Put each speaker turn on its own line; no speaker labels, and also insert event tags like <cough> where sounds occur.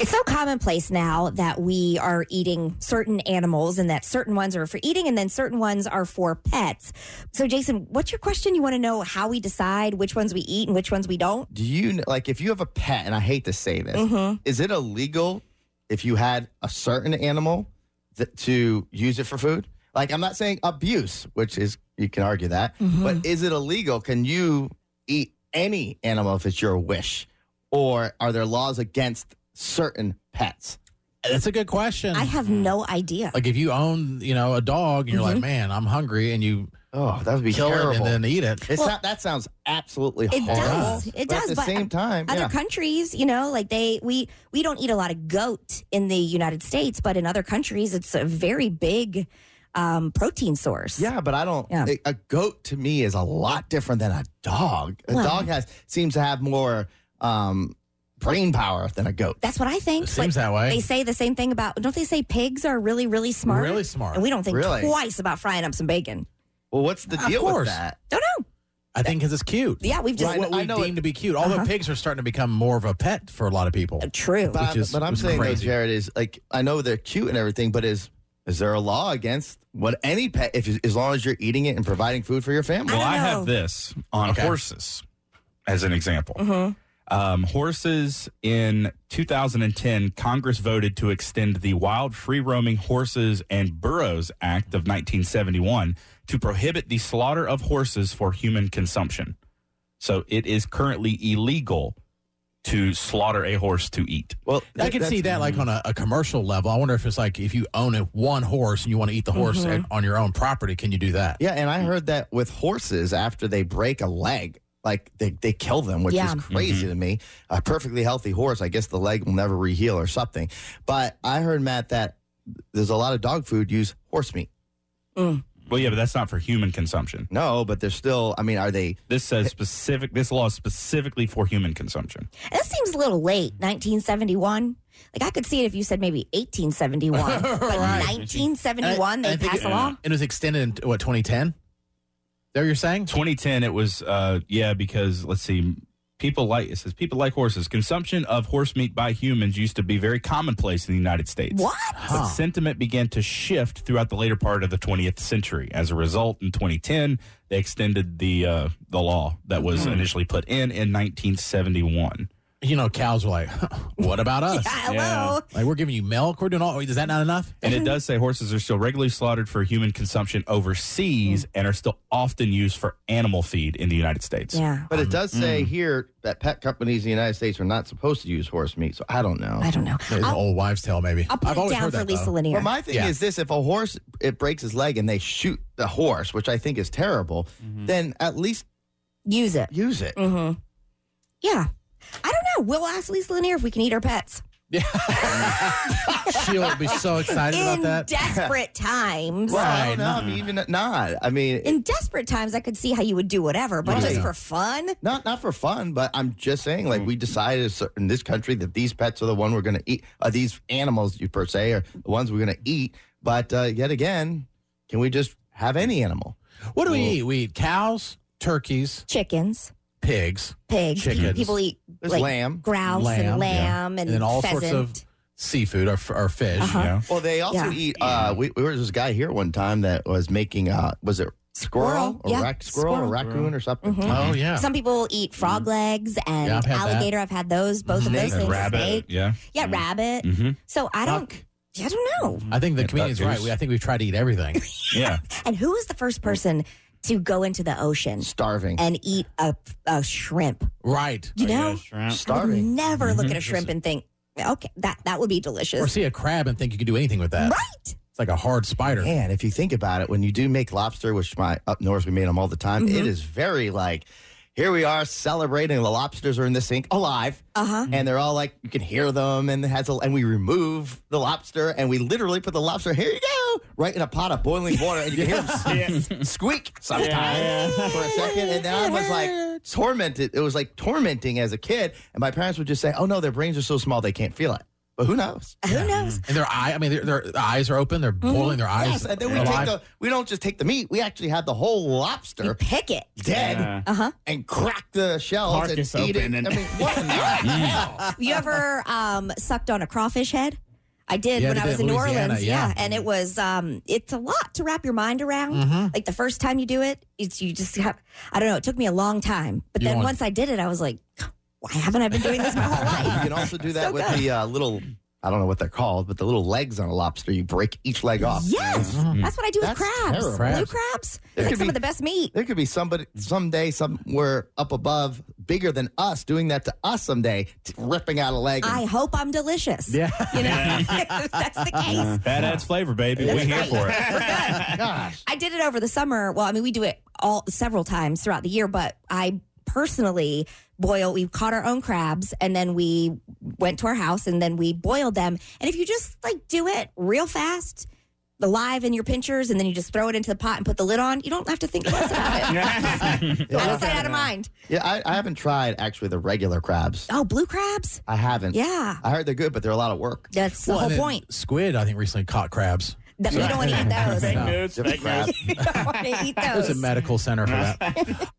It's so commonplace now that we are eating certain animals and that certain ones are for eating and then certain ones are for pets. So, Jason, what's your question? You want to know how we decide which ones we eat and which ones we don't?
Do you kn- like if you have a pet? And I hate to say this,
Mm.
is it illegal if you had a certain animal th- to use it for food? Like I'm not saying abuse, which is you can argue
Mm-hmm.
that, but is it illegal? Can you eat any animal if it's your wish, or are there laws against certain pets?
That's a good question.
I have no Mm-hmm. idea.
like if you own, you know, a dog and you're like, man, I'm hungry, and you
Oh, that would be
kill
terrible.
it and then eat it.
It's not, that sounds absolutely
It
horrible.
does. It
but
does,
At the
but
same time,
other
yeah.
countries, you know, like they we we don't eat a lot of goat in the United States, but in other countries, it's a very big um, protein source.
Yeah, but I don't.
Yeah.
A, a goat to me is a lot different than a dog. A
Well-
dog has seems to have more um, brain power than a goat.
that's what I
It
think.
seems
Like,
that way.
they say the same thing about don't they say pigs are really really smart?
Really smart.
and we don't think
Really?
twice about frying up some bacon.
Well, what's the
Of
deal with
course.
that?
Don't know.
I think because it's cute.
Yeah, we've just Uh-huh.
Right.
What
I
we
know
deem
it-
to be cute. Although pigs are starting to become more of a pet for a lot of people.
true.
But,
Which is-
but I'm
which is
saying, though,
crazy.
Jared is like I know they're cute and everything, but is is there a law against what any pet if as long as you're eating it and providing food for your family?
I
Well,
don't
I
know.
have this on
Okay.
horses as an example.
Mhm.
Um, horses in 2010, Congress voted to extend the Wild Free Roaming Horses and Burros Act of 1971 to prohibit the slaughter of horses for human consumption. So it is currently illegal to slaughter a horse to eat.
Well,
I can
that's-
see that, like on a, a commercial level. I wonder if it's like if you own a, one horse and you want to eat the horse and,
Mm-hmm.
on your own property, can you do that?
Yeah, and I heard that with horses after they break a leg, like they, they kill them, which
Yeah.
is crazy
Mm-hmm.
to me. A perfectly healthy horse, I guess the leg will never reheal or something. But I heard Matt that there's a lot of dog food use horse meat.
Well, yeah, but that's not for human consumption.
No, but they're still. I mean, are they?
This says specific. This law is specifically for human consumption.
That seems a little late, 1971. Like I could see it if you said maybe 1871,
<laughs>
but
Right.
1971
I- I
they
think
passed a
it-
law.
It was extended in what 2010. There you're saying?
2010 it was uh yeah because let's see people like it says people like horses consumption of horse meat by humans used to be very commonplace in the united states
What?
but sentiment began to shift throughout the later part of the 20th century as a result in 2010 they extended the uh the law that was
Hmm.
initially put in in 1971
You know, cows were like, <laughs> what about us?
Yeah, hello.
Like we're giving you milk. We're doing all. Is that not enough?
and it does say horses are still regularly slaughtered for human consumption overseas
Hmm.
and are still often used for animal feed in the united states
Yeah.
But
Mm-hmm.
it does say
Mm.
here that pet companies in the United States are not supposed to use horse meat. So I don't know.
I don't know.
It's an
I'll,
old wives' tale, maybe.
I'll put
have
it
always
down
heard
for
that.
Lisa
though.
Lanier.
But my thing
Yeah.
is this: if a horse it breaks his leg and they shoot the horse, which I think is terrible,
Mm-hmm.
then at least
Use it.
use it.
hmm Yeah. I don't know. We'll ask Lisa Lanier if we can eat her pets.
She'll be so excited
In
about that. <laughs>
desperate times.
Well, I
Right.
don't know. I
Mm-hmm.
mean, even not. I mean,
In desperate times, I could see how you would do whatever, but
Yeah.
just for fun.
not not for fun, but I'm just saying, like we decided in this country that these pets are the one we're going to eat. Uh, these animals, you per se, are the ones we're going to eat. But uh, yet again, can we just have any animal?
What do we eat? We eat cows, turkeys,
Chickens,
pigs,
pigs. pe-
Chickens.
People eat
There's
like
lamb.
grouse
Lamb, yeah.
and lamb and,
and then all
pheasant.
sorts of seafood or, f- or fish.
Uh-huh.
you know?
Well, they also
Yeah.
eat. Uh, we, we were this guy here one time that was making. Uh, was it squirrel,
Squirrel,
or
yeah.
rac- squirrel, or
Squirrel.
raccoon or something?
Mhm.
Oh yeah. Mm-hmm.
Some people eat frog legs and
Yeah, I've had that. Mm-hmm.
alligator. I've had those. Both
Snake.
of those things.
rabbit
Snake.
yeah
Yeah, rabbit.
hmm
So I don't. I don't know.
I think the
Yeah,
comedian's
that
right.
is-
We, I think we've tried to
<laughs>
eat everything.
yeah
And who was the first person to go into the ocean
Starving.
and eat a, a shrimp?
right.
You know, I would
Starving.
never
Mm-hmm.
look at a shrimp and think, okay, that that would be delicious.
Or see a crab and think you can do anything with that.
Right.
It's like a hard spider.
Man, if you think about it, when you do make lobster, which my up north we made them all the time, it is very like here we are celebrating the lobsters are in the sink alive,
Uh huh.
and they're all like you can hear them, and it has a, and we remove the lobster and we literally put the lobster here you go right in a pot of boiling water, and you can hear them s- squeak sometimes for a second, and then I was like tormented. It was like tormenting as a kid, and my parents would just say, "Oh no, their brains are so small they can't feel it." But who knows?
Who knows?
And their eye, I mean, their, their eyes are open. They're
Mm-hmm.
boiling. Their eyes.
Yes, and then we
alive.
take the we don't just take the meat. We actually had the whole
Mm-hmm.
You
lobster
pick it.
dead
Yeah.
Uh huh.
and crack the shells
Carcass
and eat
open
it.
and-
I mean, what? in the-
<laughs>
Mm.
You
Uh,
ever um, sucked on a crawfish head? I did
Yeah,
when
they
I was
did
in
in
New
Louisiana,
Orleans. Yeah.
yeah.
and it was um, it's a lot to wrap your mind around.
Mm-hmm.
Like the first time you do it, it's you just have. I don't know. It took me a long time, but
You
then
want-
once I did it, I was like, why haven't I been doing this my
<laughs>
whole
you
life?
can also do that
So
with
good.
the uh, little I don't know what they're called, but the little legs on a lobster. You break each leg off.
Yes, that's what I do with
That's
crabs.
terrible.
Blue
Mm-hmm.
crabs.
Crabs.
There
It's like
could
some
be-
of the best meat.
There could be somebody someday somewhere up above, bigger than us, doing that to us someday, t- ripping out a leg. and-
I hope I'm delicious.
Yeah.
you know,
<laughs>
<laughs> if that's the case.
That adds flavor, baby. we here for it.
We're good. <laughs>
Gosh,
I did it over the summer. Well, I mean, we do it all several times throughout the year, but I personally boil we caught our own crabs and then we went to our house and then we boiled them. And if you just like do it real fast, alive in your pinchers, and then you just throw it into the pot and put the lid on, you don't have to think twice about
<laughs>
it. <laughs> out of sight, out of mind.
yeah, I, I haven't tried actually the regular crabs.
Oh, blue crabs?
I haven't.
Yeah.
I heard they're good, but they're a lot of work.
That's the
Well, and
whole
then
point.
Squid, I think, recently caught crabs.
That
<laughs>
we don't want to eat
Fake
those.
news.
<laughs>
Different
Fake news.
crab.
we don't want to eat
There's a
those.
medical center for that.